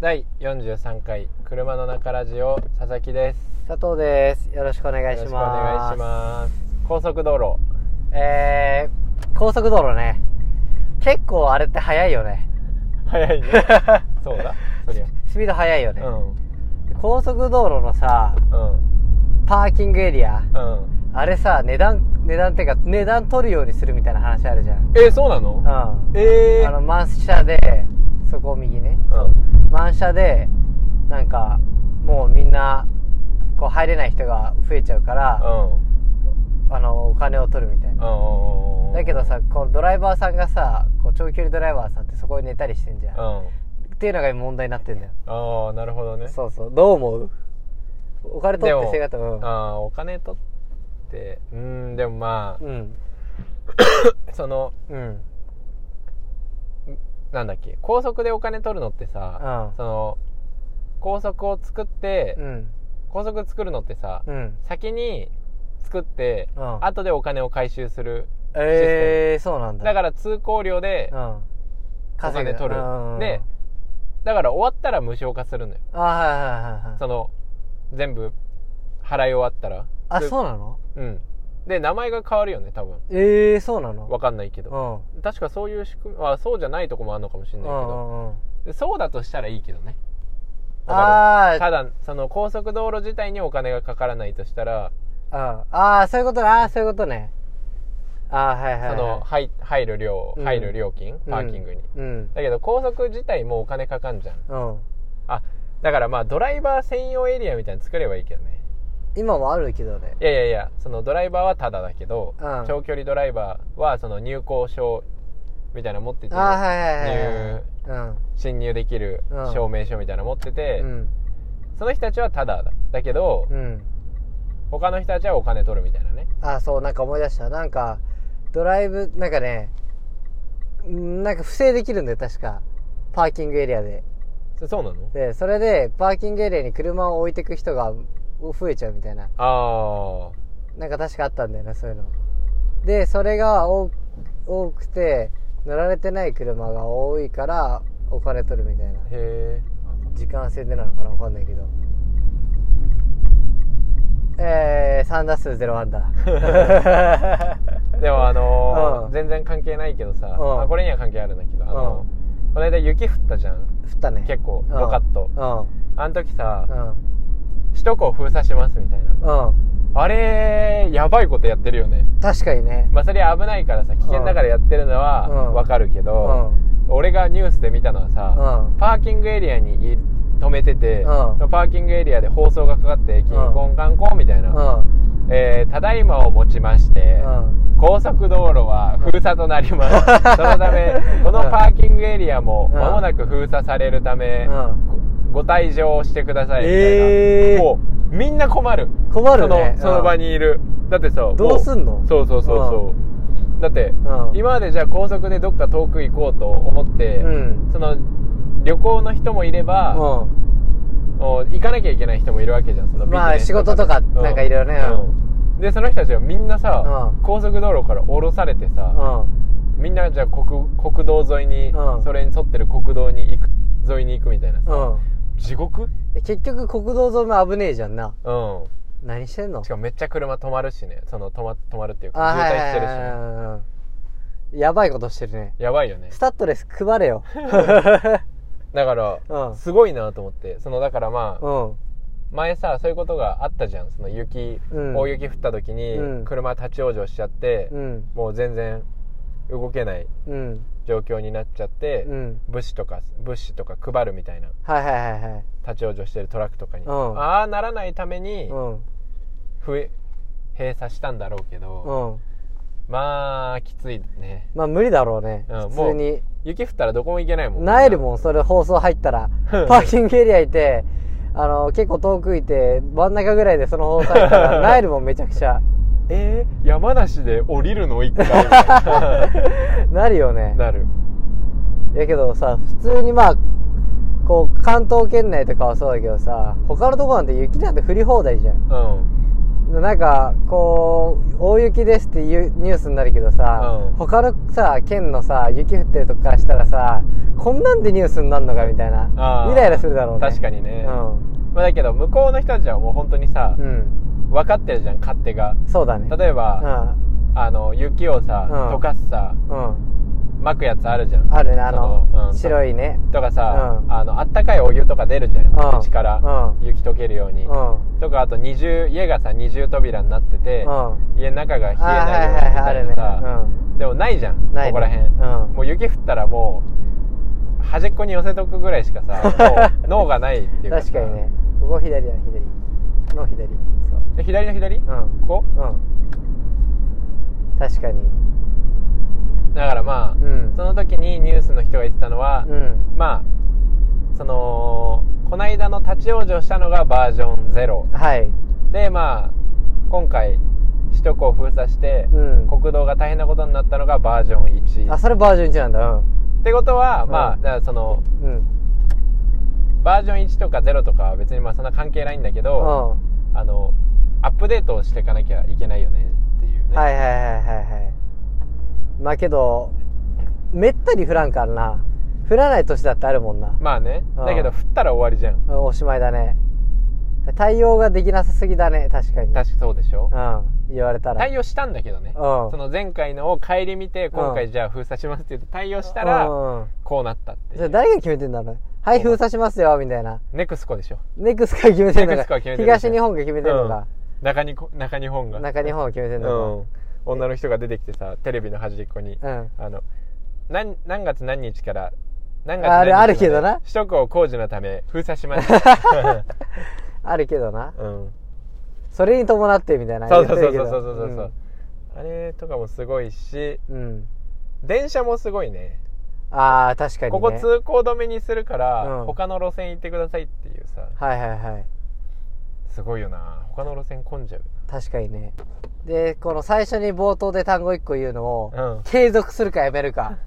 第43回車の中ラジオ佐々木です佐藤ですよろしくお願いしまよろしすくお願いします高速道路えー、高速道路ね結構あれって速いよね早 いねそうだそりゃスピード速いよね、うん高速道路のさうんパーキングエリアうんあれさ値段値段っていうか値段取るようにするみたいな話あるじゃんうんえー、そうなのえー、あの満車でそこを右ねう満車でなんかもうみんなこう入れない人が増えちゃうから、んうんあのお金を取るみたいな、うんだけどさこのドライバーさんがさこう長距離ドライバーさんってそこに寝たりしてんじゃん、うっんていうのが今問題になってんだよ、ああなるほどねそうそうどう思うお金取ってせがとうんあーお金取ってうんでもまあ、うんそのうんなんだっけ高速でお金取るのってさ、うんその高速を作って、うん高速作るのってさ、うん先に作って、うん後でお金を回収するええー、そうなんだだからら通行料でうんお金取る、うんでだから終わったら無償化するのよあはいはいはいはいその全部払い終わったらあでそうなのうんで名前が変わるよね多分ええー、そうなのわかんないけどうん確かそういう仕組みあそうじゃないとこもあるのかもしれないけうんうど、んうんでそうだとしたらいいけどねわかあるーただその高速道路自体にお金がかからないとしたら、ああーそういうことねああそういうことねああはいはい、はそい、の入入る量うん入る料金、パーキングに、うんだけど高速自体もお金かかんじゃんうん、うん、あだからまあドライバー専用エリアみたいに作ればいいけどね今もあるけどねいやいやいやそのドライバーはタダだけど、うん長距離ドライバーはその入構証みたいなの持っててああはいはいはいはい入うん進入できるうん証明書みたいなの持ってて、うんその人たちはタダだだけど、うん他の人たちはお金取るみたいなねああそうなんか思い出したなんかドライブなんかねんなんか不正できるんだよ確かパーキングエリアでそそうなのでそれでパーキングエリアに車を置いてく人が増えちゃうみたいなあなんか確かあったんだよなそういうのでそれが多多くて乗られてない車が多いからお金取るみたいなあへえ時間制でなのかなわかんないけどえー、3打数0アンダ ーでもあのーうん全然関係ないけどさ、うんあこれには関係あるんだけど、あのーこの間雪降ったじゃん降ったね結構ドカッと、うあの時さ、んうん首都高封鎖しますみたいなうん、うん、あれやばいことやってるよね確かにねまあそれ危ないからさ危険だからやってるのはうんわかるけうんど、俺がニュースで見たのはさ、うんパーキングエリアにい止めてて、うんパーキングエリアで放送がかかって「キンコンカンコン」みたいな、うんえーただいまをもちまして、うん高速道路は封鎖となります。 そのため、このパーキングエリアもうん間もなく封鎖されるため、うんごご退場をしてくださいみたいな。えーもう、みんな困る。困るねその、その場にいる。だってさ、どうすんのもうそうそうそうそう。だって、うん今までじゃあ高速でどっか遠く行こうと思って、うんその、旅行の人もいれば、うお行かなきゃいけない人もいるわけじゃんそのビジネスまあ仕事とかうなんかいろいろねうんでその人たちはみんなさ、うん高速道路から降ろされてさ、んうんみんなじゃあ国国道沿いに、うんそれに沿ってる国道に行く沿いに行くみたいなさ、うん地獄うんえ結局国道沿いも危ねえじゃんな何してんのしかもめっちゃ車止まるしねその止ま止まるっていうあか渋はい滞してるしね、はいはいはいはいやばいことしてるねやばいよねスタッドレス配れよだから、うんすごいなと思ってそのだからまあ、うん前さそういうことがあったじゃんその雪、うん大雪降った時に、うん車立ち往生しちゃって、うんもう全然動けないうん状況になっちゃって、うん物資とか物資とか配るみたいなはいはいはいはい立ち往生してるトラックとかに、うんああならないためにうんふえ閉鎖したんだろうけど、うんまあきついねまあ無理だろうねうん普も通うに雪降ったらどこも行けないもんなえるんもんそれ放送入ったらパーキングエリアいてあの結構遠くいて真ん中ぐらいでその放送入った らなえるもんめちゃくちゃえー、山梨で降りるの一回みたいなるよねな なるやけどさ普通にまあこう関東圏内とかはそうだけどさ他のとこなんて雪なんて降り放題じゃんうんなんかこう大雪ですっていうニュースになるけどさ、うん他のさ県のさ雪降ってるとこからしたらさこんなんでニュースになるのかみたいなあーイライラするだろうね確かににね、まあ、だけど向こうの人たちはもう本当にさうん、うん、分かってるじゃん勝手がそうだね例えば、うあの雪をさ、うん溶かすさんうん巻くやつあるじゃんあるねあのそのうん白いねとかさ、うんあのあったかいお湯とか出るじゃん、うん口から、うん雪溶けるように、うんとかあと二重家がさ二重扉になってて、うん家の中が冷えあないようーはいにみはいはいあたるいねなさ、でもないじゃんうんないねここら辺、うんもう雪降ったらもう端っこに寄せとくぐらいしかさ もう脳がないっていうか確さかにねここ左だね左の左そうえ左の左、こうこんうん確かにだからまあ、うんその時にニュースの人が言ってたのは、うんまあそのこないだの立ち往生したのがバージョン0はいでまあ今回首都高を封鎖して、うん国道が大変なことになったのがバージョン1あっそれバージョン1なんだうんてことは、うんまあだからそのうんバージョン1とか0とかは別にまあそんな関係ないんだけうど、んあのアップデートをしていかなきゃいけないよねっていうね、はいはいはいはいはいまあけどめったに降らんからな降らない年だってあるもんな、まあねうんだけど降ったら終わりじゃんうんおしまいだね対応ができなさすぎだね確かに確かそうでしょうん言われたら対応したんだけどねうんその前回のを顧みて今う回んじゃあ封鎖しますって言って対応したらうんこうなったっていそれう誰が決めてんだろうねはい封鎖しますよみたいなネクスコでしょネクスコが決めてんのネクスコかが決めてる東日本が決めてんのか、中にこ中日本が中日本が決めてんうのん女の人が出てきてさテレビの端っこにかうんあの何何月何日から何月何日ああるまであるけどな首都高工事のため封鎖しま した、あるけどなうん、それに伴ってみたいなそうそうそ言っうてそうるけそうそどうそうそう、あれとかもすごいしうん、うん電車もすごいねああ確かに、ね、ここ通行止めにするから、うん他の路線行ってくださいっていうさはいはいはいすごいよな他の路線混んじゃう確かにねでこの最初に冒頭で単語1個言うのを、うん継続するかやめるか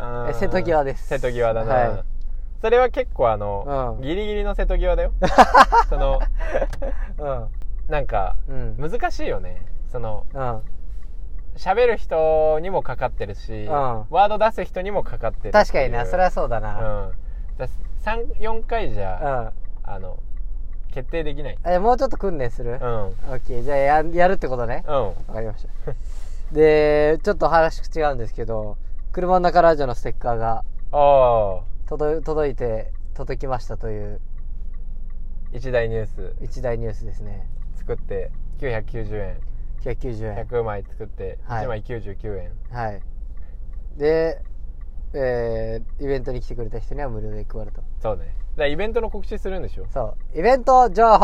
あーえ瀬戸際です瀬戸際だな、はいそれは結構あの、うんギリギリの瀬戸際 だよそのうんなんかうんうん難しいよねそのうん喋る人にもかかってるし、んワード出す人にもかかってるっていう確かになそれはそうだうな、んだ34回じうゃ、んあの決定できないえもうちょっと訓練する、うんうんオッケーじゃあややるってことねわかりましたでちょっと話違うんですけど車の中ラジオのステッカーがああ届い届いて届きましたという一大ニュース一大ニュースですね作って990円990円100枚作ってはい1枚99円、はいでえー、イベントに来てくれた人には無料で配るとそうねだからイベントの告知するんでしょそうイベント 情報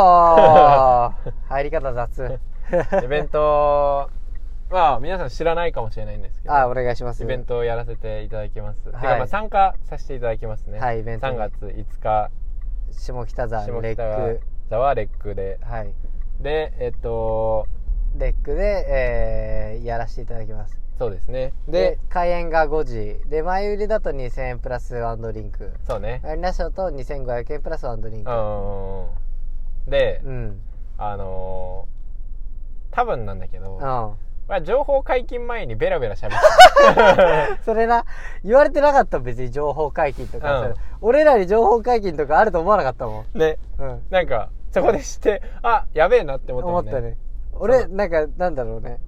入り方雑 イベントまあ皆さん知らないかもしれないんですけどあお願いしますイベントをやらせていただきます、はいてかまあ参加させていただきますねはいイベントに3月5日下北沢下レ北沢ック沢レックではいでえっとレックで、えーやらせていただきますそうですねでで開演が5時で前売りだと2000円プラスワンドリンクそうねワインラッシュだと2500円プラスワンドリンうクんで、うんあのー多分なんだけど、うんまあ、情報解禁前にベラベラしゃべって それな言われてなかった別に情報解禁とか、うんそれ俺らに情報解禁とかあると思わなかったもんるねうんなんかそこでしてあやべえなって思った思もっんねたね俺なんかなんだろうね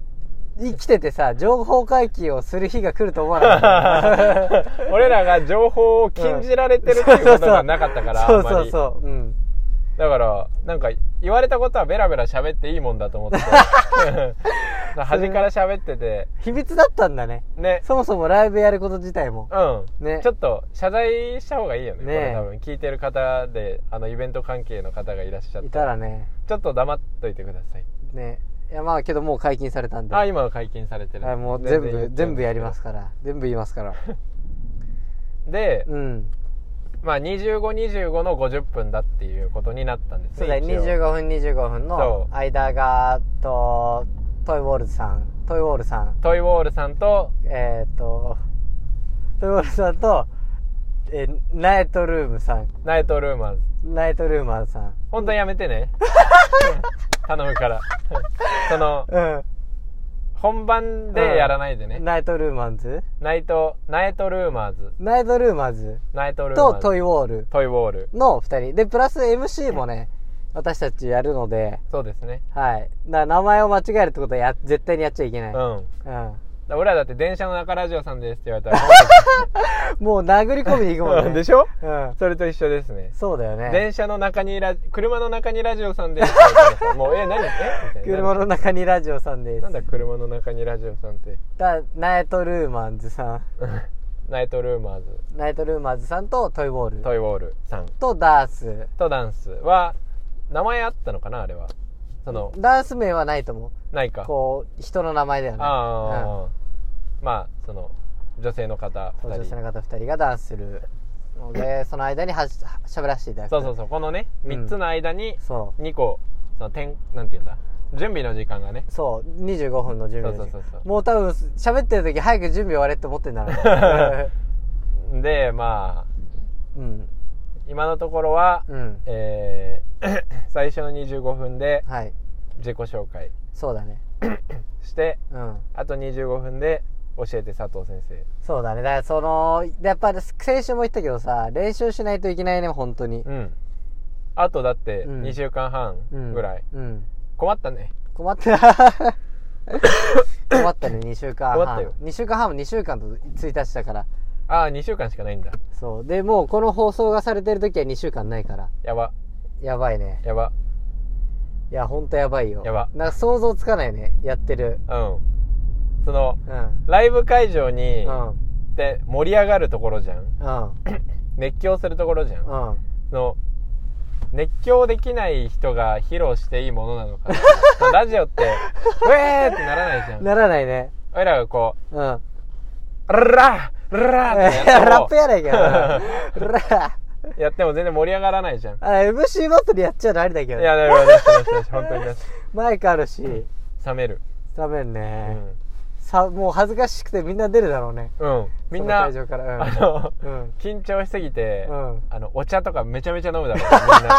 生きててさ情報解禁をする日が来ると思わなかった 俺らが情報を禁じられてるっていうことがなかったから、そうあんまりそうそううんだからなんか言われたことはベラベラ喋っていいもんだと思って 端から喋ってて秘密だったんだねねそもそもライブやること自体もうん、ねちょっと謝罪した方がいいよねねこれ多分聞いてる方であのイベント関係の方がいらっしゃったいたらねちょっと黙っといてください、ねいやまあけどもう解禁されたんであ今は解禁されてるはいもう全部全部やりますすから全部言いますからで、うんまあ2525の50分だっていうことになったんですそうだね一応25分25分のそう間がとトイウォールズさんトイウォールさんトイウォールさんとえーっ、とトイウォールさんとえーナイトルームさんナイトルーマンズ ナイトルーマーさん本当にやめてね頼むからそのうん本番でやらないでね、ナイトルーマンズナイトナイトルーマーズナイトルーマンズナイトルーマーとズトイウォールトイウォールの2人でプラス MC もね私たちやるのでそうですねはいだから名前を間違えるってことはや絶対にやっちゃいけなうい、んうんだ俺らだって電車の中ラジオさんですって言われたらもう殴り込みに行くもんねでしょうんそれと一緒ですねそうだよね電車の中にラ車の中にラジオさんですって言われたらさもうえ何えみたいな車の中にラジオさんですなんだ車の中にラジオさんってだナイトルーマンズさんナイトルーマーズナイトルーマンズさんとトイボールトイウォールさんとダースとダンスは名前あったのかなあれはそのダース名はないと思ないかうこう人の名前だよねうんああ、まあその女性の方登2場人者の方2人がダンスするのでその間にはしはしゃべらせていただくそうそうそうこのねうん3つの間にそ2個その点なんて言うんだ準備の時間がねうそう25分の準備の時そ間うそうそうそうもう多分喋ってる時早く準備終われって思ってんだろでまあううん今のところは、うんえー 最初の25分ではい自己紹介そうだねしてうんあと25分で教えて佐藤先生そうだねだからそのやっぱり先週も言ったけどさ練習しないといけないね本当にうんあとだってうん2週間半ぐらい、うん、うん困ったね困った困ったね2 週間半困ったよ2週間半も2週間と1日だからああ2週間しかないんだそうでもうこの放送がされてる時は2週間ないからやばやばいねやばいやほんとやばいよやばなんか想像つかないねやってるうんそのうんうんライブ会場にう行んって盛り上がるところじゃんうん熱狂するところじゃんうそんの熱狂できない人が披露していいものなの かなそのラジオってウェーってならないじゃんならないね俺らがこうんラうラッラッって やッってプもやないかよラ やっても全然盛り上がらないじゃんいあ MC バトルやっちゃうのありだけどやねだからよしよしよし本当によしマイクあるし冷める多分うねん、さもう恥ずかしくてみんな出るだろうねうん、みんなあその会場からうんの うん緊張しすぎて、うんあのお茶とかめちゃめちゃ飲むだろうみん な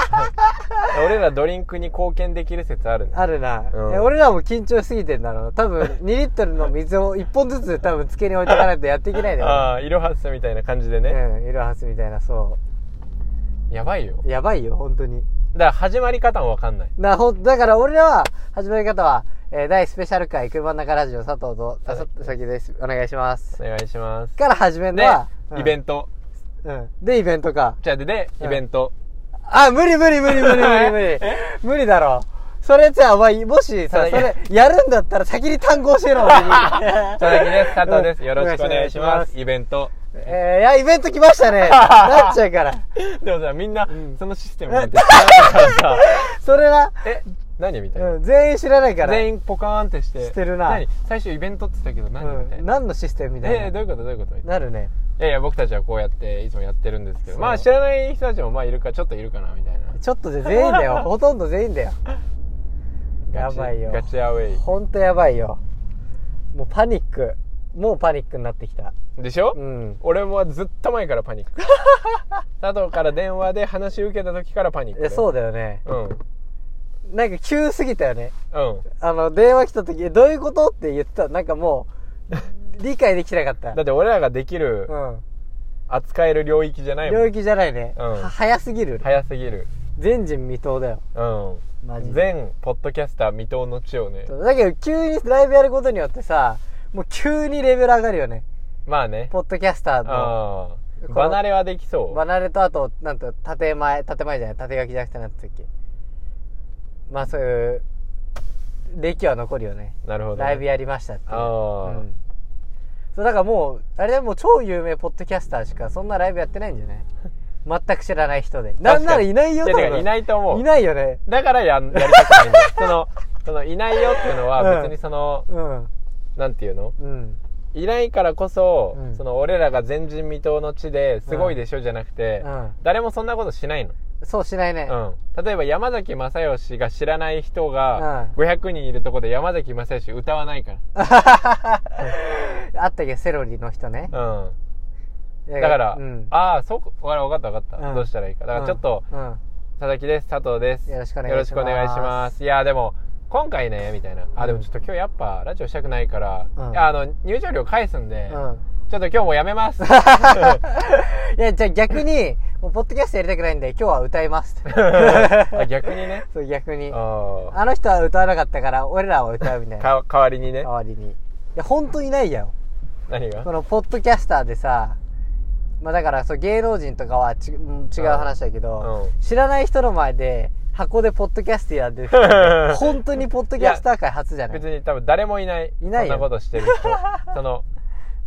俺らドリンクに貢献できる説あるねあるな、うんえ俺らも緊張しすぎてんだろうな多分2リットルの水を1本ずつ多分机に置いていかないとやっていけないだよああイロハスみたいな感じでね、ね、うん、イロハスみたいなそやばいようやばいよ本当にだから始まり方もわかんないなほんだから俺らは始まり方は、えー、大スペシャル回車の中ラジオ佐藤と佐佐々木々木ですお願いしますお願いしますから始めるのでは、、イベンントト、うん、でイベントかじゃあででイベント、あ無理無理無理無理無理 無理無理だろそれじゃあお前もしさ佐そ々れやるんだったら先に単語教 えろ俺に佐々木です佐藤ですよろしくお願いしうんお願まいすイベントえー、いや、イベント来まし たね。なっちゃうから。でもさみんな、んそのシステムなんて知らないからさそれな、 え何みたいな、うん、全員知らないから。全員ポカーンってしてしてるな何最初イベントって言ってたけど何、みたういん。な何のシステムみたいな。えーどういうことどういうことみたいななるね。いやいや僕たちはこうやっていつもやってるんですけどそうまあ知らない人たちもまあいるかちょっといるかなみたいなちょっとで全員 だよ。ほとんど全員だよ。ガチやばいよガチアウェほんとやばいよ。もうパニック。もうパニックになってきた。イでしょ、うん。俺もずっと前からパニック佐藤から電話で話受けた時からパニックえ、そうだだよね。うんうんなんか急すぎたよね。あの、電話来た時、えどういうことって言ってた。なんかも う、理解できてなかった。だって俺らができるうん。扱える領域じゃないもん領域じゃないね。うんは早すぎる。早すぎる全人未到だよ。うんマジで。全ポッドキャスター未踏の地をねだけど急にライブやることによってさもう急にレベル上がるよねまあねポッドキャスターのあこあの離れはできそう離れとあとなんと建前建前じゃない縦書きじゃなくてなんて言ったっけまあそういう歴は残るよねなるほどね、ライブやりましたっていう、あーうんそうだからもうあれでもう超有名ポッドキャスターしかそんなライブやってないんじ ゃない全く知らない人でなんならいないよい多やて分かいないと思ういないよねだからやんやりたくないんだよ そのそのいないよっていうのは別にその、うんなんていうのうんいないからこそ、うんその俺らが前人未到の地ですごいでしょじゃなくて、うん誰もそんなことしないの、そうしないね、うん、例えば山崎まさよしが知らない人がう500人いるとこで山崎まさよし歌わないか あったっけセロリの人ね、ら、うん、だから、うん、ああそうか分かった分かった、うんどうしたらいいかだからちょっとうん佐々木です佐藤ですよろしくお願いしますよろしくお願いしますいやでも今回ねみたいなあでもちょっと今日やっぱラジオしたくないから、うんいやあの入場料返すんで、うんちょっと今日もうやめます いやじゃあ逆にもうポッドキャストやりたくないんで今日は歌いま すあ逆にねそう逆にあーあの人は歌わなかったから俺らは歌うみたいなか代わりにね代わりにいや本当いないやん何がこのポッドキャスターでさまあだからそう芸能人とかはちうん違う話だけど、う知らない人の前で箱でポッドキャストやって る人って本当にポッドキャスター界初じゃない別に多分誰もいないいないよそんなことしてる 人その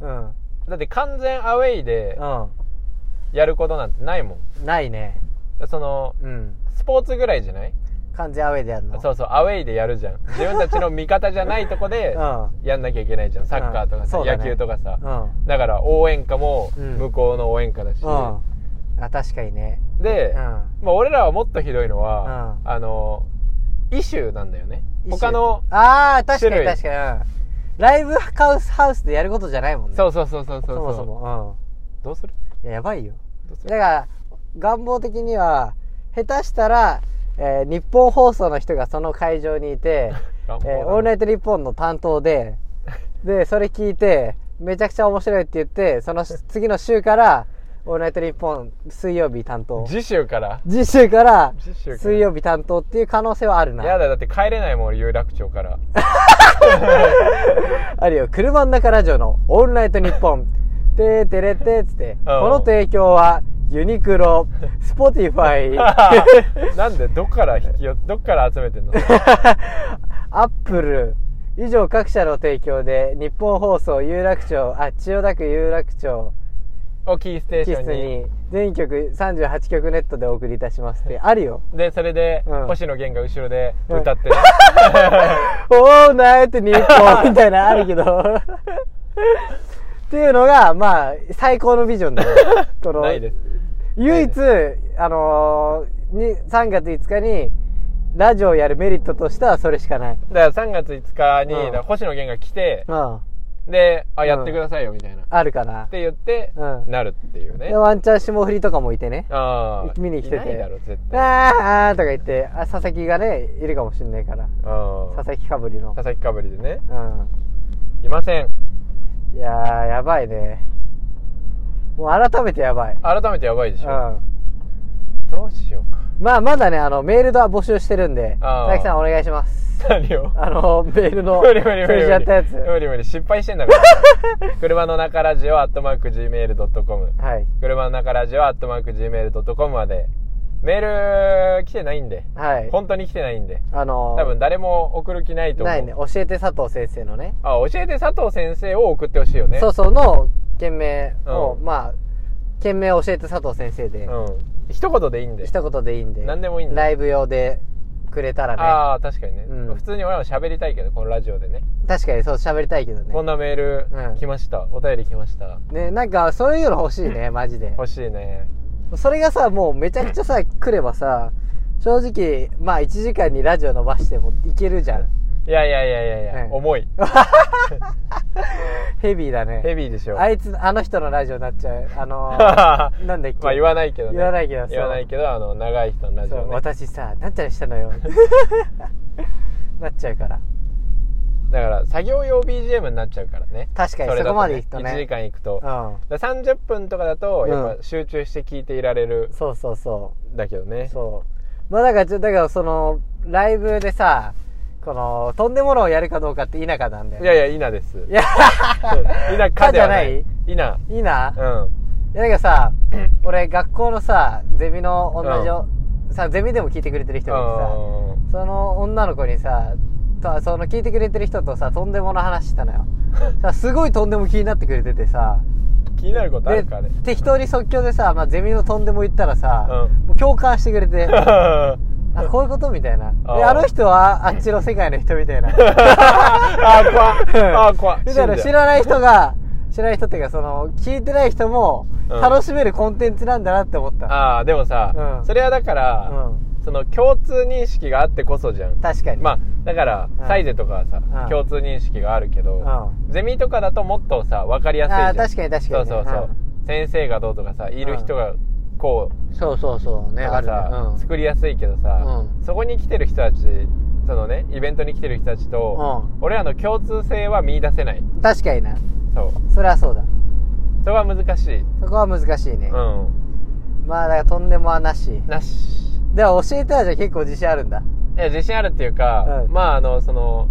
うんうだって完全アウェイでんやることなんてないもんないねそのうんスポーツぐらいじゃない完全アウェイでやるのそうそうアウェイでやるじゃん自分たちの味方じゃないとこでうやんなきゃいけないじゃんサッカーとかさ、うんそうだね野球とかさ、んうんだから応援歌もうん向こうの応援歌だし、うんあ確かにねで、うんまあ、俺らはもっとひどいのは、うあのイシューなんだよね一他種のああ確か種に類確かに、うんライブハウスハウスでやることじゃないもんねそううそうそうそうそうもそもどうするうんいややばいよどうすだるから願望的には下手したら、えー日本放送の人がその会場にい て「え願望ーだねオールナイトニッポン」の担当ででそれ聞いてめちゃくちゃ面白いって言ってその次の週から「オールナイトニッポン」水曜日担当次週から次週から次週から水曜日担当っていう可能性はあるなやだだって帰れないもん俺有楽町からあるよ車の中ラジオの「オールナイトニッポン」「てーてれって」っつって、この提供はユニクロスポティフ ァイなんでどっから引きよどっから集めて んのアップル以上各社の提供で日本放送有楽町あ千代田区有楽町をキーステーシキョスンにに全曲38曲ネットでお送りいたしますってあるよでそれで、うん星野源が後ろで歌 ってね、 「おーナイト日本」 みたいなのあるけど っていうのがまあ最高のビジョンだよ このないです唯一あのーに3月5日にラジオをやるメリットとしてはそれしかないだから3月5日に、うんだから星野源が来てう、んであうんやってくださいよみたいな、っあるかなて言って、うんなるっていうねでワンチャン霜降りとかもいてねああ見に来てていないだろ絶あー対あーとか言ってあ佐々木がねいるかもしんないからうん佐々木かぶりの佐々木かぶりでねういませんんいやーやばいねもう改めてやばい改めてやばいでうしょ、んどうしようか まあまだねあのメールドア募集してるんで佐あー々木さんお願いします何をあのメール の無理無理無理無数理字やったやつ無は理無理失敗してんだから 車の中ラジオアットマーク Gmail.com い車の中ラジオアットマーク Gmail.com までメール来てないんではい本当に来てないんであの多分誰も送る気ないと思うないね教えて佐藤先生のねあ教えて佐藤先生を送ってほしいよねそうそうの件名を、うんまあ件名を教えて佐藤先生で、うん一言でいいんで一言でいいんで何でもいいんでライブ用でくれたらねああ確かにね、うん普通に俺も喋りたいけどこのラジオでね確かにそう喋りたいけどねこんなメールうん来ました、お便り来ましたねなんかそういうの欲しいねマジで欲しいねそれがさもうめちゃくちゃさ来ればさ正直まあ1時間にラジオ伸ばしてもいけるじゃんいやいやいやいやいや、うん重いヘビーだヘねビーでしょ あいつあの人のラジオになっちゃうあのーなんだっけまあ言わないけどね言わないけどそう言わないけどあの長い人のラジそオ、うね、だか私さなんちゃらしたのよ なっちゃうからら作業用 BGM になっちゃうからね確かにそ,、れだこまで行くとね1時間行くと、だか間ら30分とかだとうんやっぱ集中して聞いていられるうんそうそうそだけどうね、そうまあだからちょだからそのライブでさこのとんでものをやるかどうかって否かなんだよいやいや稲ですいや 稲 かではなかい稲いいな、ういんやだからさ俺学校のさゼミの同じお、さゼミでも聞いてくれてる人がいてさうんその女の子にさとその聞いてくれてる人とさとんでもの話して たのよさすごいとんでも気になってくれててさ気になることあでるかね適当に即興でさ、まあ、ゼミのとんでも言ったらさ、うんもう共感してくれて あこういうことみたいなであーあの人はあっちの世界の人みたいな あー 怖っあー怖っみたいな死んじゃう知らない人が知らない人っていうかその聞いてない人もうん楽しめるコンテンツなんだなって思った、ああでもさ、うんそれはだかうら、んその共通認識があってこそじゃん確かにまあだから、うんサイゼとかはさ、うん共通認識があるけど、ゼミとかだともっとさ分かりやすいじゃんあー確かに確かにそうねそうそう、う先生がどうとかさいる人がこうそうそうそうねなんかあるねさ、うん作りやすいけどさ、うそこに来てる人たちそのねイベントに来てる人たちと、俺らの共通性は見出せない確かになそうそれはそうだそれは難しい、そこは難しいね、うまあだからとんでもなしんなしでは教えてはじゃあ結構自信あるんだいや自信あるっていうか、うんまああのその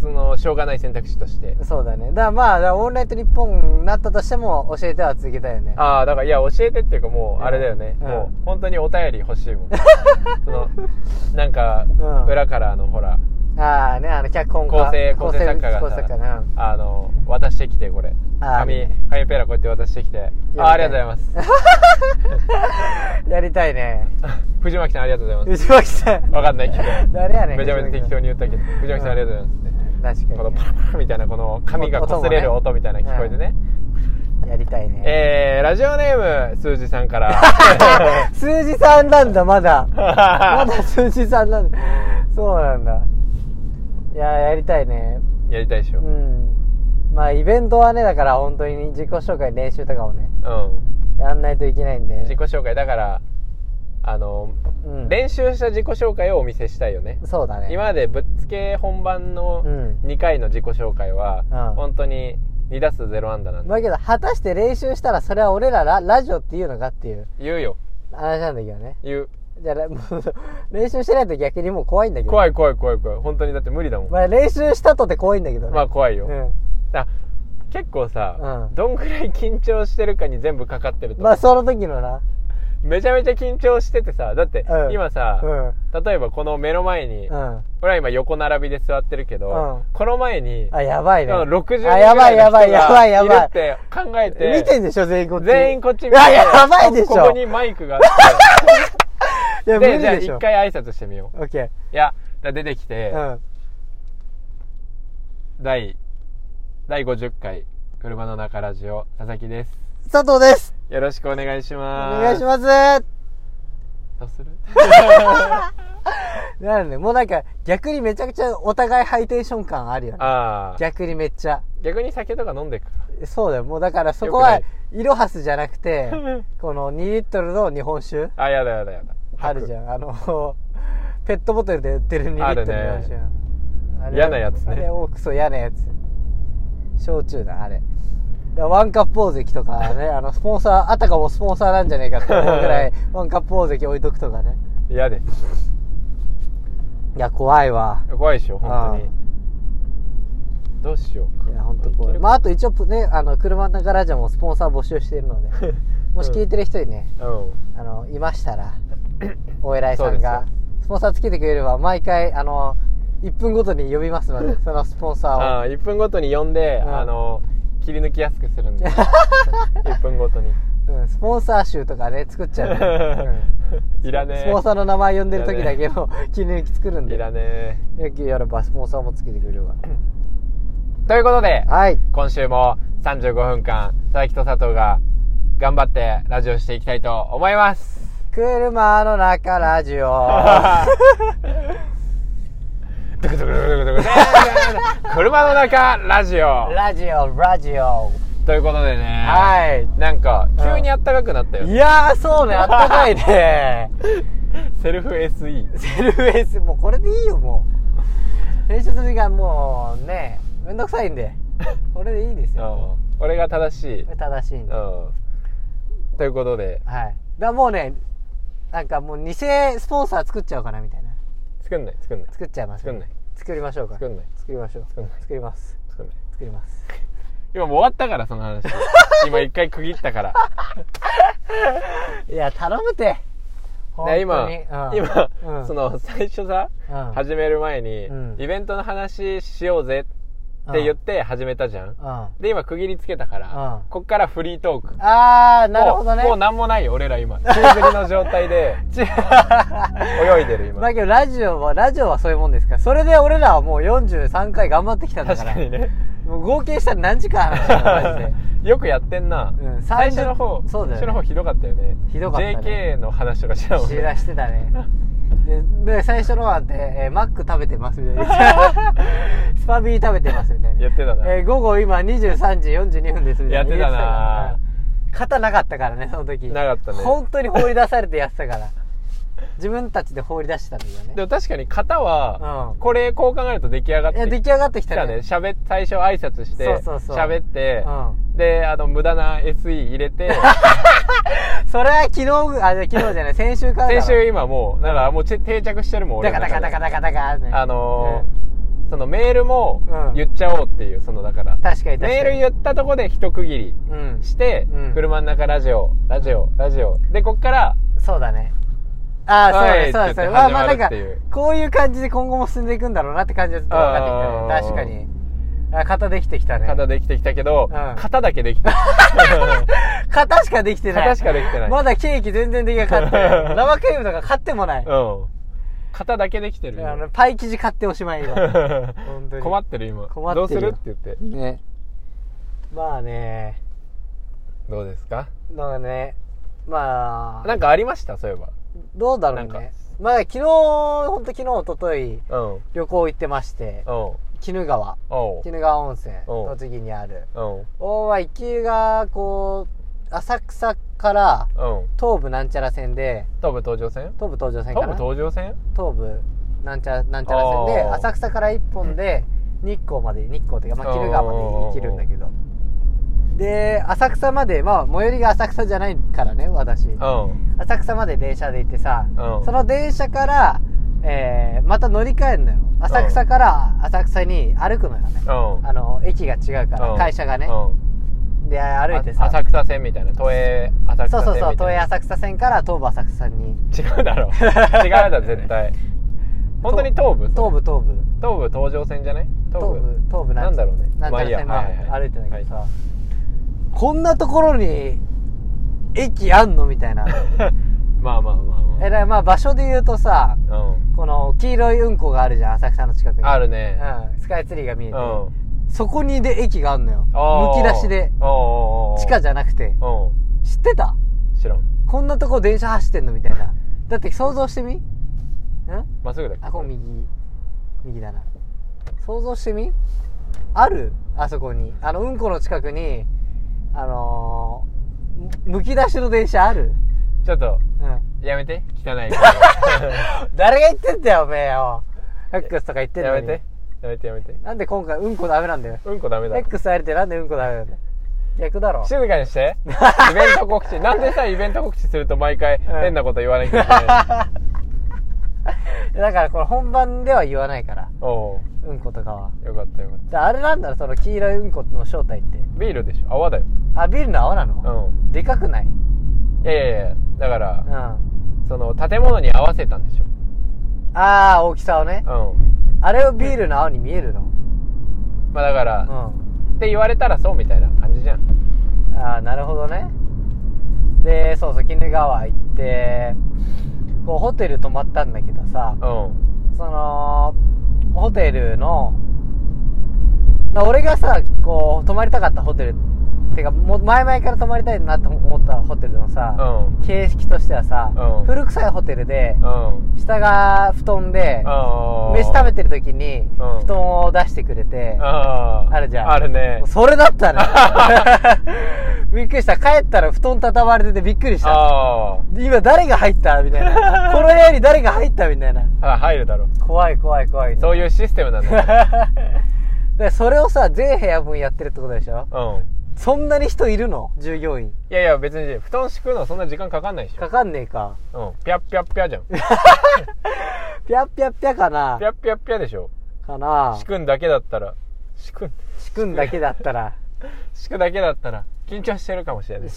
そのしょうがない選択肢としてそうだねだからまあだからオンラインと日本になったとしても教えては続けたいよねああだからいや教えてっていうかもううんあれだよね、うんもう本当にお便り欲しい もんそのなんか、うん裏からあのほらああねあの脚本家構成構成作家が構成さ作家なあの渡してきてこれあーいい紙ね紙ペラこうやって渡してきてあーありがとうございます やりたいね藤巻さんありがとうござ います内巻さんわかんないけど 誰やねんめちゃめちゃ適当に言ったけど藤巻さんありがとうございますって確こかのにパラパねラみたいなこの紙が擦れる音みたいな聞こえてねやりたいねえー、ラジオネーム数字さんから 数字さんなんだまだまだ数字さんなんだそうなんだいややりたいねやりたいでしょううんまあイベントはねだから本当に自己紹介練習とかもねんやんないといけないんで自己紹介だからあの、うん練習した自己紹介をお見せしたいよねそうだね今までぶっつけ本番のうん2回の自己紹介は、うん本当に2打数0安打なんまであけど果たして練習したらそれは俺らララジオっていうのかっていう言うよ話なんだけどね言うじゃあら 練習してないと逆にもう怖いんだけど怖い、い怖い怖い怖い本当にだって無理だもんまあ、練習したとって怖いんだけどねまあ怖いよ、うんあ結構さ、うんどんぐらい緊張してるかに全部かかってると思う、まあその時のなめちゃめちゃ緊張しててさだってうん今さ、うん例えばこの目の前に、うん俺は今横並びで座ってるけど、うこの前に、あやばいねあの60人ぐあやばらいいやのばい人やばがいいやるばいって考えて見てんでしょ全員こっち全員こっち見いてややばいでしょこここにマイクがあっいやて 無理でじゃあでし一ょ回挨拶してみようオッケいやだから出てきて、ーうん第第50回車の中ラジオ佐々木です佐藤ですよろしくお願いしおます願いしますすどうするなるねもうなんか逆にめちゃくちゃお互いハイテンション感あるよねああ逆にめっちゃ逆に酒とか飲んでくそうだよもうだからそこよはくイロハスじゃな くてこの2リットルの日本酒あやだやだやだあるじゃんあの ペットボトルで売ってる2リットルの日本酒ああれ嫌なやつねあれ多くそう嫌なやつ焼酎だあれだからワンカップ大関とかねあのスポンサーあたかもスポンサーなんじゃねえかって思う ぐらいワンカップ大関置いとくとかね嫌ですいや怖いわ怖いでしょ本当にどうしようかいや本当こ怖いまああと一応ねあの車の中ラジオもスポンサー募集しているので もし聞いてる人にね、うんあのいました らお偉いさんそうがでスポンサーつけてくれれば毎回あの1分ごとに呼びますの でそのスポンサーをああ1分ごとに呼んで、うんあの切り抜きやすくするんで1分ごとにうん、スポンサー集とかね作っちゃうか ら、うんいらねスポンサーの名前呼んでる時だけの切り抜き作るんえいでらね野球やればスポンサーもつけてくれれば えということではい今週も35分間佐々木と佐藤が頑張ってラジオしていきたいと思います車の中ラ ジオドクドクドクドクドク車の中ラジオラジオラジオということでねはいなんか急にあったかくなったよいねやーそうねあったかいねセルフ SE セルフェイスもうこれでいいよもう編集する時間もうねめんどくさいんでこれでいいですうよん俺が正しいうん正しいんではいということでだからもうねなんかもう偽スポンサー作っちゃおうかなみたいな作んない作んない作っちゃいます作んない作りましょうか作んない作りましょう作んない作ります作んない作ります今もう終わったからその 話今一回区切ったからいや頼むて本当ねに今、うん今、うんその最初さ、うん始める前に、うんイベントの話しようぜって言って始めたじゃん、うんあで今区切りつけたから、うんこっからフリートークあーなるほどねもうもう何もないよ俺ら今宙吊りの状態 で泳いでる今、だけどラジオはラジオはそういうもんですからそれで俺らはもう43回頑張ってきたんだか確らかにねもう合計したら何時間話したのマジで よくやってんな、うん最初の方30そうだよ最初ねの方ひどかったよねひどかったね JK の話とかしてたもん知らねしてたねでで最初のはって、えーマック食べてますみた いなスパビー食べてますみたいなやってたなえー午後今23時42分ですみたやいっなてたな肩なかったからねその時なかったね本当に放り出されてやってたから自分たちで放り出してたんだよねでも確かに型は、うんこれこう考えると出来上がっいや出て来上がってききたたねね喋っ最初挨拶してそうそうそう喋って、うであの無駄な SE 入れ てん、それは昨日あじゃあ昨日じゃない先週からだろ先週今もうだからもうち定着してるもん俺だのかだ中かでだかだかだかねあのーそのメールもうん言っちゃおうっていう、そのだからうん確かに確かにメール言ったとこで一区切りうんして、うん車の中ラジオラジオラジオでこっからそうだねああそうだはねいそうだねって言っそうだねてまあまあなん始まかるっていうこういう感じで今後も進んでいくんだろうなって感じがちょっと分かってきたあね確かにあ型できてきたね型できてきたけど、うん型だけできた型しかできてない型しかできてないまだケーキ全然できなかっ たよ生クリームとか買ってもない、うん型だけできてるよ あのパイ生地買っておしまい今本当に困ってる今困ってるどようするって言ってねまあねどうですかなんかねまあなんかありましたそういえばどうだろうなんかねまあ昨日本当昨日一昨日うんうん旅行行ってまして鬼怒川おう鬼怒川温泉おう栃木にあるうんおは池がこう浅草からうん東武なんちゃら線で東武東上線東武東上線か東武な東上線東武なんちゃらなんちゃら線であー浅草から1本で日光まで日光というか、まあ、あー鬼怒川まで行けるんだけどで浅草までまあ最寄りが浅草じゃないからね私うん浅草まで電車で行ってさうんその電車から、えーまた乗り換えんのよ浅草から浅草に歩くのよねうんあの駅が違うからうん会社がねうんで歩いてあさ浅草線みたいな都営浅草そう線そうみそたう東い映な浅草線から東武浅草に違うだ ろ違うだろ絶対本当に東武東武東武東武東上線じゃない東武東武なんだろうねなんちゃら線まあいいやはいはい前歩いてんだけどさこんなところに駅あんのみた いなまあまあまあまあえらいまあ場所で言うとさうんこの黄色いうんこがあるじゃん浅草の近くにあるねうん、スカイツリーが見えうて、んそこにで駅があんのよあーむき出しでおーおーおー地下じゃなくてう知ってたん知らんこんなとこ電車走ってんのみたいなだって想像してみんまっすぐだっけあここ右右だな想像してみあるあそこにあのうんこの近くにあのー、むむき出しの電車あるちょっとうんやめて汚い誰が言ってんだよおめえよ X とか言ってんやのめにてやめてやめてなんで今回うんこダメなんだようんこダメだ X 入れてなんでうんこダメなんだよ逆だろ静かにして イベント告知なんでさイベント告知すると毎回変なこと言わな きゃいけないだからこれ本番では言わないからおうんことかはおよかったよかっだあれなんだろうその黄色いうんこの正体ってたビールでしょ泡だよあビールの泡なの、うんでかくないうんいやいやいやだから、あその建物に合わせたんでしあー大きさをねょうんあれをビールの泡に見えるのまあだから、うっんて言われたらそうみたいな感じじゃんああなるほどねでそうそう鬼怒川行ってこうホテル泊まったんだけどさうんそのホテルのな俺がさこう泊まりたかったホテルってかもう前々から泊まりたいなと思ったホテルのさ、うん形式としてはさ、うん古臭いホテルで、うん下が布団で、あ飯食べててる時に、うん布団を出してくれて、あーあるじゃんあるねそれだったねびっくりした帰ったら布団畳まれててびっくりしたあ今誰が入ったみたいなこの部屋に誰が入ったみたいなーあ入るだろ怖い怖い怖いそういうシステムなんだよ でそれをさ全部屋分やってるってことでしょうんそんなに人いるの従業員いやいや別に布団敷くのそんな時間かかんないでしかかんねえかょうんピャッピャッピャじゃんピぴゃっぴゃっぴゃかなャッピャッピャでしょかな敷くんだけだったら敷くん仕組んだけだったら敷くだけだったら緊張してるかもしれない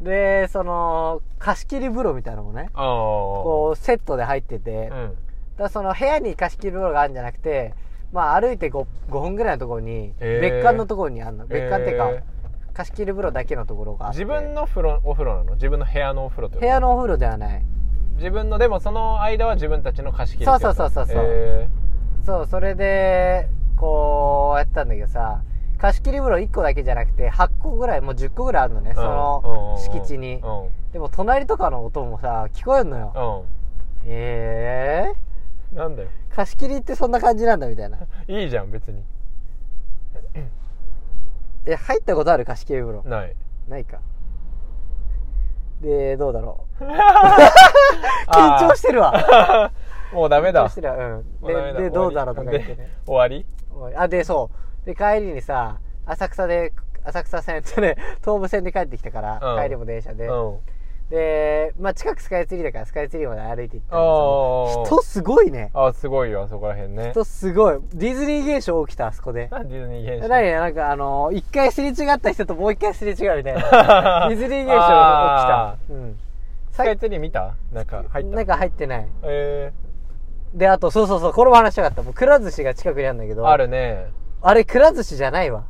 でその貸し切り風呂みたいなのもねああここうセットで入ってて、うだかんらその部屋に貸し切り風呂があるんじゃなくてまあ歩いて 5, 5分ぐらいのところに、へー別館のところにあるの別館っていうか、へ貸し切り風呂だけのところがあって自分の風呂お風呂なの自分の部屋のお風呂ってこと部屋のお風呂ではない自分のでもその間は自分たちの貸し切りってことそうそうそうそうそうへそうそれでこうやったんだけどさ貸し切り風呂1個だけじゃなくて8個ぐらいもう10個ぐらいあるのねーその敷地にうんうんでも隣とかの音もさ聞こえんのようんへえうんなんだよ貸し切りってそんな感じなんだみたいないいじゃん別にえ入ったことある貸し切り風呂 ないないかでどうだろう緊あー張してるわもう ダメ緊張だしてるわうんもうダメだでで終わどりうだろうとか言ってね終わりおいあでそうで帰りにさ浅草で浅草線ってね 東武線で帰ってきたから、うん帰りも電車で、うんで、まあ、近くスカイツリーだからスカイツリーまで歩いて行ったんおーですよ人すごいねあすごいよあそこら辺ね人すごいディズニー現象起きたあそこでなんでディズニー現象何なんかあの一回すれ違った人ともう一回すれ違うみた いなディズニー現象があ起きた、うん、スカイツリー見たなんか入ったなんか入ってないえであとそうそうそうこれも話したかったもうくら寿司が近くにあるんだけー、どあるねあれくら寿司じゃないわ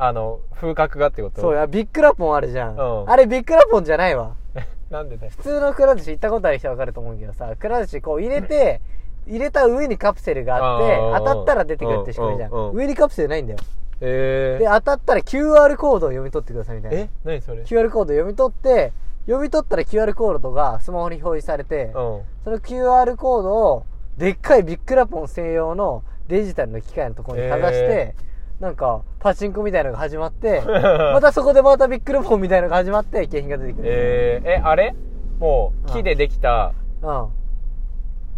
あの風格がってことそうやビックラポンあるじゃん、うんあれビックラポンじゃないわなんでだよ普通のくら寿司行ったことある人は分かると思うけどさくら寿司こう入れて入れた上にカプセルがあってあー当たったら出てくるって仕組みじゃんうんうんうん上にカプセルないんだよえでー、当たったら QR コードを読み取ってくださいみたいなえ何それ QR コード読み取って読み取ったら QR コードがスマホに表示されてうんその QR コードをでっかいビックラポン専用のデジタルの機械のところにかざして、なんかパチンコみたいなのが始まって またそこでまたビックラポンみたいなのが始まって景品が出てくる、えー、えあれもううん木でできたうんうん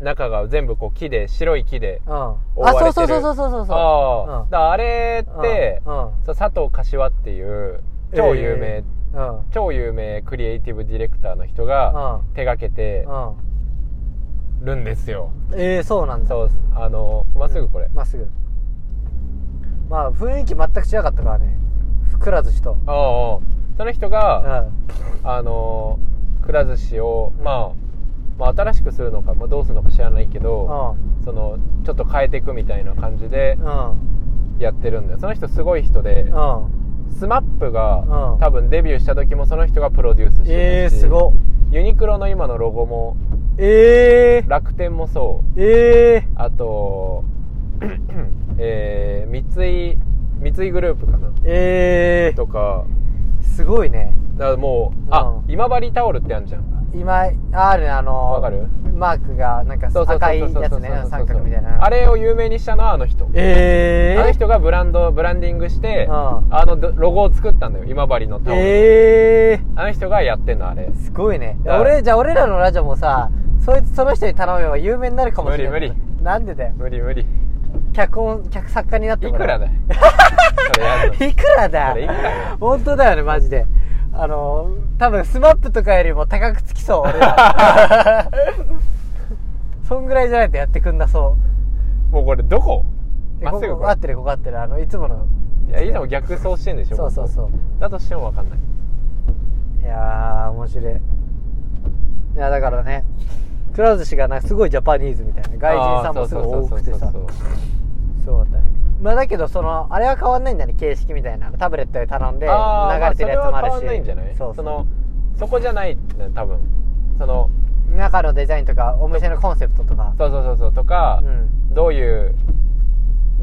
中が全部こう木で白い木であ覆われてそうるそうそうそうそうそうそうああ、うんだからあれって、うんうんそう佐藤柏っていう超有名、えーうん超有名クリエイティブディレクターの人がう手がけてんうんるんですよ、ええー、そうなんだそうあのまっすぐこれ、まっすぐまあ雰囲気全く違かったからねくら寿司とああその人うんが、あのくら寿司を、まあ、まあ新しくするのか、まあ、どうするのか知らないけど、うそのちょっと変えていくみたいな感じでんうんやってるんだよその人すごい人で、うんスマップが、うん多分デビューした時もその人がプロデュースしてるし、ええー、すごっユニクロの今のロゴもええー、楽天もそうええあとえー、三井三井グループかなー、ええとかー、すごいねだからもうあうん今治タオルってあるじゃん今あるねあのわかるマークがなんか赤いやつね三角みたいなあれを有名にしたのはあの人ええー、あの人がブランドブランディングしてうんあのどロゴを作ったんだよ今治のタオル、ええあの人がやってんのあれー、すごいねだ俺じゃあ俺らのラジオもさそいつその人に頼めば有名になるかもしれな無い理無なんでだよ無理無理脚本脚作家になっていもくららうだ よそれやるのいくらだそれいくらだ本当だよねマジであの多分スマップとかよりも高くつきそう 俺らそんぐらいじゃないとやってくんなそもうこれどこうえまっすぐこここ合れってるここ合ってるあのいつものいやいつも逆走してんでしょそうそううそだとしても分かんないういやー面白いいやだからねくら寿司がなんかすごいジャパニーズみたいな外人さんもすごい多くてさあーそうそうそうそうそうそうだったねまあだけどそのあれは変わんないんだね形式みたいなタブレットで頼んで流あーまれてるやつもあるし、それは変わんないんじゃないそうそそうのそこじゃないね多分その中のデザインとかお店のコンセプトとかそうそうそうそうとかう、んどういう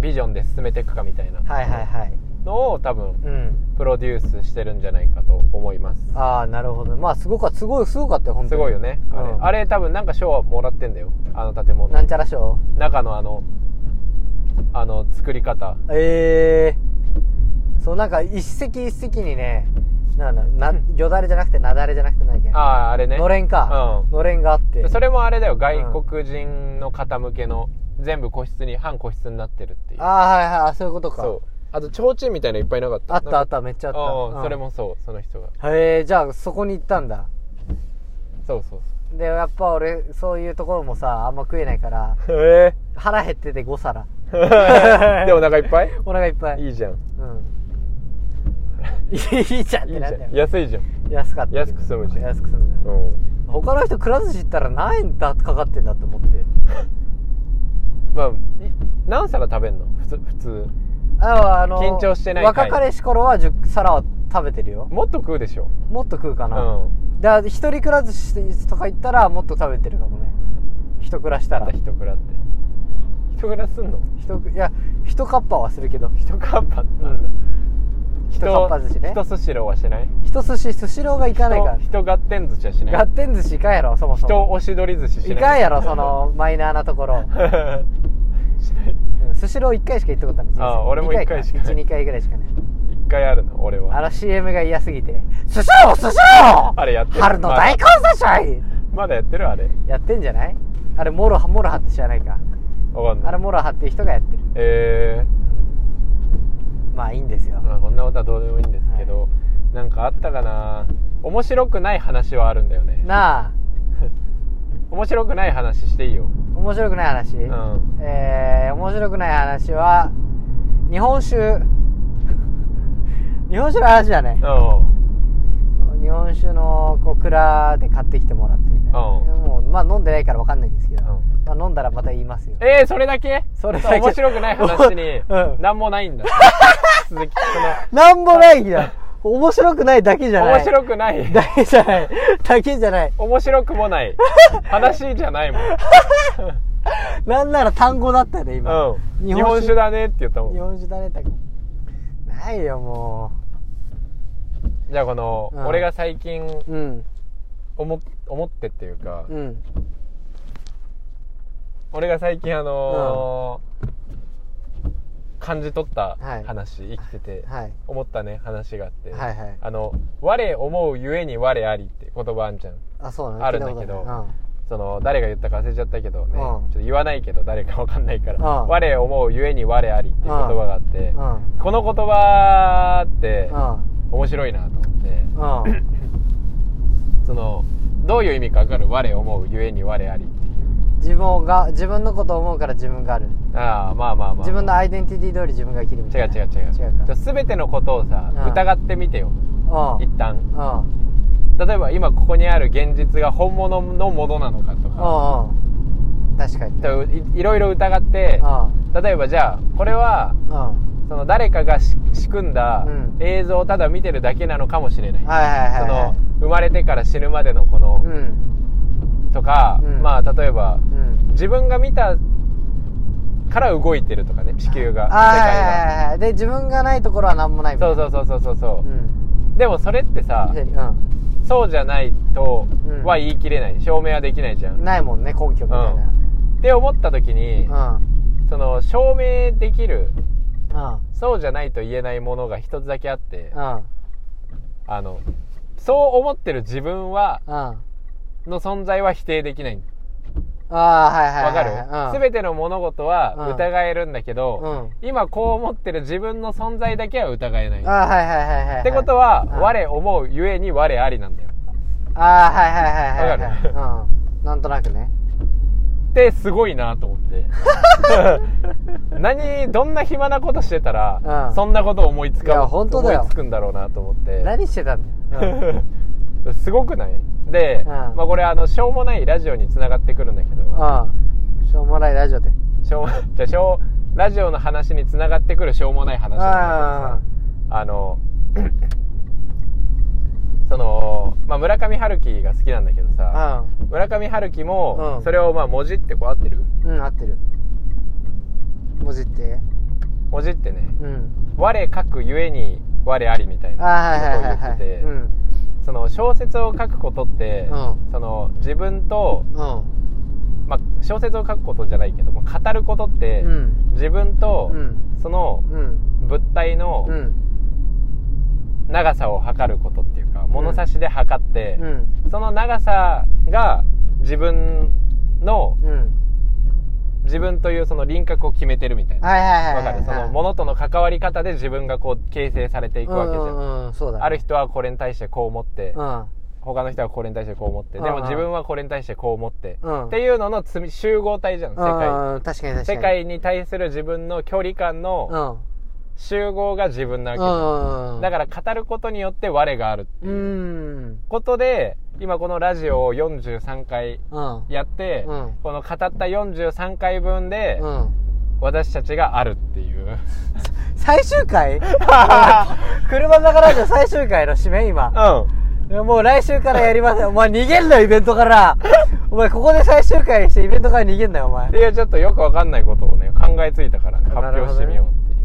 ビジョンで進めていくかみたいなはいはいはいのを多分うんプロデュースしてるんじゃないかと思いますああなるほどまあすごかすごいすごかったよ本当すにごいよねあれ,、うんあれ多分なんか賞はもらってんだよあの建物なんちゃら賞中のあのあの作り方ええー、そうなんか一石一石にねなんだなよだれじゃなくてなだれじゃなくてないけんあああれねのれんか、うんのれんがあってそれれもあれだよ外国人の方向けの全部個室に半個室になってるっていうああはいはいあそういうことかそうあと提灯みたいのいっぱいなかったあったあっなんかためっちゃあったああうんそれもそうその人がへえじゃあそこに行ったんだそうそうでやっぱ俺そういうところもさあんま食えないからそうへ腹減ってて5皿えでお腹いっぱ いお腹いっぱいいいじゃんうん。いいじゃんっいいてじなゃんだんよ。安いじゃん安かった。安く済むじゃん安く済むじゃん。うん他の人、くら寿司行ったら何円だかかってんだって思って。まあい何皿食べんの普通普通ああの、緊張してない回若彼氏頃は10皿は食べてるよ。もっと食うでしょもっと食うかうな。んだから一人くら寿司とか行ったらもっと食べてるかもね。一暮らしたまらた。一蔵って一蔵すんの一くいや、一カッパはするけど。一カッパってなんだ一カッパ寿司ね人スシローはしない一寿司、スシローが行かないか人人ガッテン寿司はしないら。ガッテン寿司行かんやろ、そもそ人も。押し取り寿司しない行かんやろ、そのマイナーなとこしろ。ないうんスシロー1回しか行ったことあるあー俺も一回しか12回ぐらいしかね 一回あるの俺あはの CM が嫌すぎて「すしろすしろあれやってる春の大根すしょい!まだやってるあれ」やってんじゃないあれモロハモロハって知らないかわかんあないれモロハって人がやってるえまあいいんですよー、まあこんなことはどうでもいいんですけど、なんかあったかな面白くない話はあるんだよねなあ面白くない話していいよ面白くない話、うんえー、面白くない話は日本酒 日本酒の話だねう日本酒のこう蔵で買ってきてもらってみたいな、うんもうまあ飲んでないから分かんないんですけど、うまあ、飲んだらまた言いますよんえー、それだけそれだけ面白くない話に うん何も ないんだ、鈴木そなんもない日だ面白くないだけじゃのない 面白くないだけじゃない だけじゃない面白くもない話じゃない もん、なんなら単語だったよね今、うん、日本酒だねって言ったもん日本酒だねだけないよもじゃあこの、うん俺が最近ううん思思ってっていうか、うん俺が最近あのー感じ取ったはい話、生きてて、はい思ったね話があって、はいはいあの「我思うゆえに我あり」って言葉あんじゃんあそうなのあるんだけど聞いたこその誰が言ったか忘れちゃったけどね、うんちょっと言わないけど誰かわかんないから「うん我思うゆえに我あり」っていう言葉があって、とないこの言葉ってう面白いなと思ってんうんうんそのどういう意味か分かる「我思うゆえに我あり」っていう自分が自分のことを思うから自分があるああまあまあまあ、自分のアイデンティティ通り自分が生きるみた違ういな違う違う違じゃあ全てのことをさ、うん疑ってみてようか一旦うんうん例えば今ここにある現実が本物のものなのかとかうんうん確かにといいろいろ疑ってうん例えばじゃあこれはうんその誰かがし仕組んだうん映像をただ見てるだけなのかもしれない、はいはいはいそはの生まれてから死ぬまでのこのい、うんとか、うんまあ例えばうん自分が見たから動いてるとかね地球が世界あーはいがはいはいはいで自分がないところは何もないみたそいうなそうそうそうそうそうう、んでもそれってさ確かにそうじゃないとうんは言い切れない、証明はできないじゃうんん、ないもんね根拠みたいなって思った時うに、んその証明できるうんそうじゃないと言えないものが一つだけあって、うんあのそう思ってる自分はうんの存在は否定できないああはいはいわかる、はい全ての物事はうん疑えるんだけうど、ん今こう思ってる自分の存在だけは疑えない、ああはいはいはいはいってことは、うん我思うゆえに我ありなんだよああはいはいはいはいはいわうんなんとなくねってすごいなと思って 何どんな暇なことしてたら、うんそんなこと思いついかや本当だよ思いつくんだろうなと思って何してたんだよすごくないで、うんまあ、これあのしょうもないラジオにつながってくるんだけど、うんうんしょうもないラジオでしょう じゃあしょうラジオの話につながってくるしょうもない話なんだけどさあの その、まあ、村上春樹が好きなんだけどうさん村上春樹もうんそれをまあ文字ってこう合ってるうん合ってる文字って文字ってねうん「我書くゆえに我あり」みたいああはいなこはいとを言っはいはいててうんその小説を書くことって、うんその自分とうんまあ、小説を書くことじゃないけども語ることって、うん自分と、うんそのうん物体のうん長さを測ることっていうか、物差しで測ってう、んその長さが自分のうん自分というその輪郭を決めてるみたいな。はいはいはいはわいかるその物との関わり方で自分がこう形成されていくわけじゃん,、うんうんうんそうだねある人はこれに対してこう思って、うん他の人はこれに対してこう思って、うんでも自分はこれに対してこう思って、うんっていうのの積み集合体じゃん世界、うんうん確かに確かに世界に対する自分の距離感うのん集合が自分なわけじゃんうんだらから語ることによって我があるうんことで今このラジオを43回うんやって、うんこの語った43回分で、うん私たちがあるっていう最終回車の中ラジオ最終回の締め今ういやもう来週からやりません。お前逃げんなよ、イベントから。お前ここで最終回にしてイベントから逃げんなよ、お前んって。いうちょっとよくわかんないことをね考えついたからねな発る表ほどねしてみようっ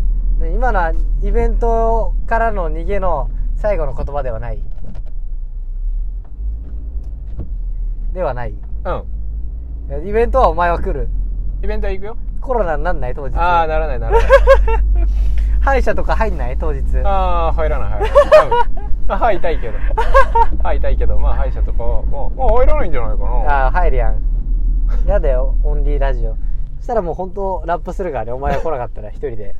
ていう、ね今のはイベントからの逃げの最後の言葉ではないではない。イベントはお前は来る。うんイベントは行くよコロナになんない当日。ああならないならない歯医者とか入んない当日ああ入らない入ら ない多分歯痛いけど歯痛いけどまあ歯医者とかはもうもう入らないんじゃないかなああ入るやんやだよオンリーラジオそしたらもう本当ラップするからねお前が来なかったら一人で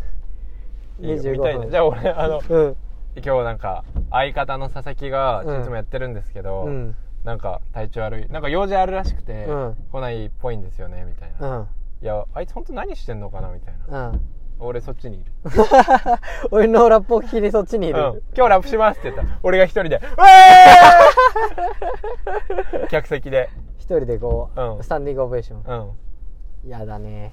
いいよ25見たいね分じゃあ俺あのうん今日なんか相方の佐々木がうんいつもやってるんですけど、うんなんか体調悪いなんか用事あるらしくて、うん来ないっぽいんですよねみたいな、ういんやあいつ本当何してんのかなみたいな、うん俺そっちにいる俺のラップを聞きにそっちにいる、うん今日ラップしますって言ったら俺が一人 で「う えー! 」客席で一人でこう、うんスタンディングオベーションうんやだね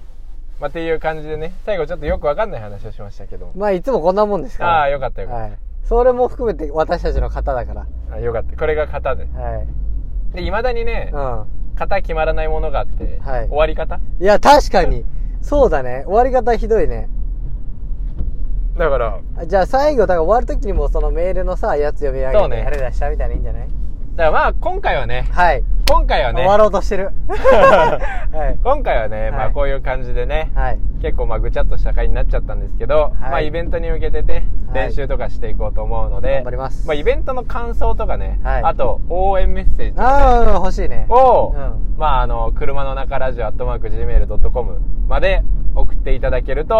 まあ、っていう感じでね最後ちょっとよくわかんない話をしましたけどもまあいつもこんなもんですからああよかったよかった、はい、それも含めて私たちの方だからあよかったこれが型ではいでいまだにね、う型決まらないものがあって、はい終わり方んいや確かにそうだね終わり方ひどいねだからあじゃあ最後だから終わる時にもそのメールのさやつ読み上そうげて、ねやれだしたみたいないいんじゃなだいからまあ今回はねはい、今回はね終わろうとし てるはい今回はね、まはあいこういう感じでね、はい結構まあぐちゃっとした回になっちゃったんですけど、いまあイベントに向けてねはい練習とかしていこうと思うので、頑張りますあイベントの感想とかね、はいあと応援メッセージとかねああ欲しいねを、うんまああの車の中ラジオアットマーク Gmail.com まで送っていただけると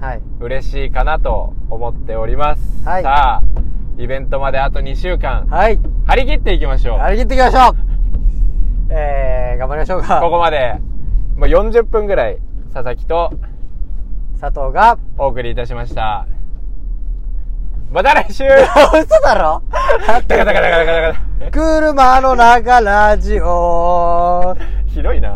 はい嬉しいかなと思っております、はいさあイベントまであと2週間、はい張り切っていきましょう、張り切っていきましょうえー、頑張りましょうかここまで、まあ、40分ぐらい佐々木と佐 藤がお送りいたしましたまた 来週嘘だ ろガタガタガタガタガタ車の中ラジオひどいな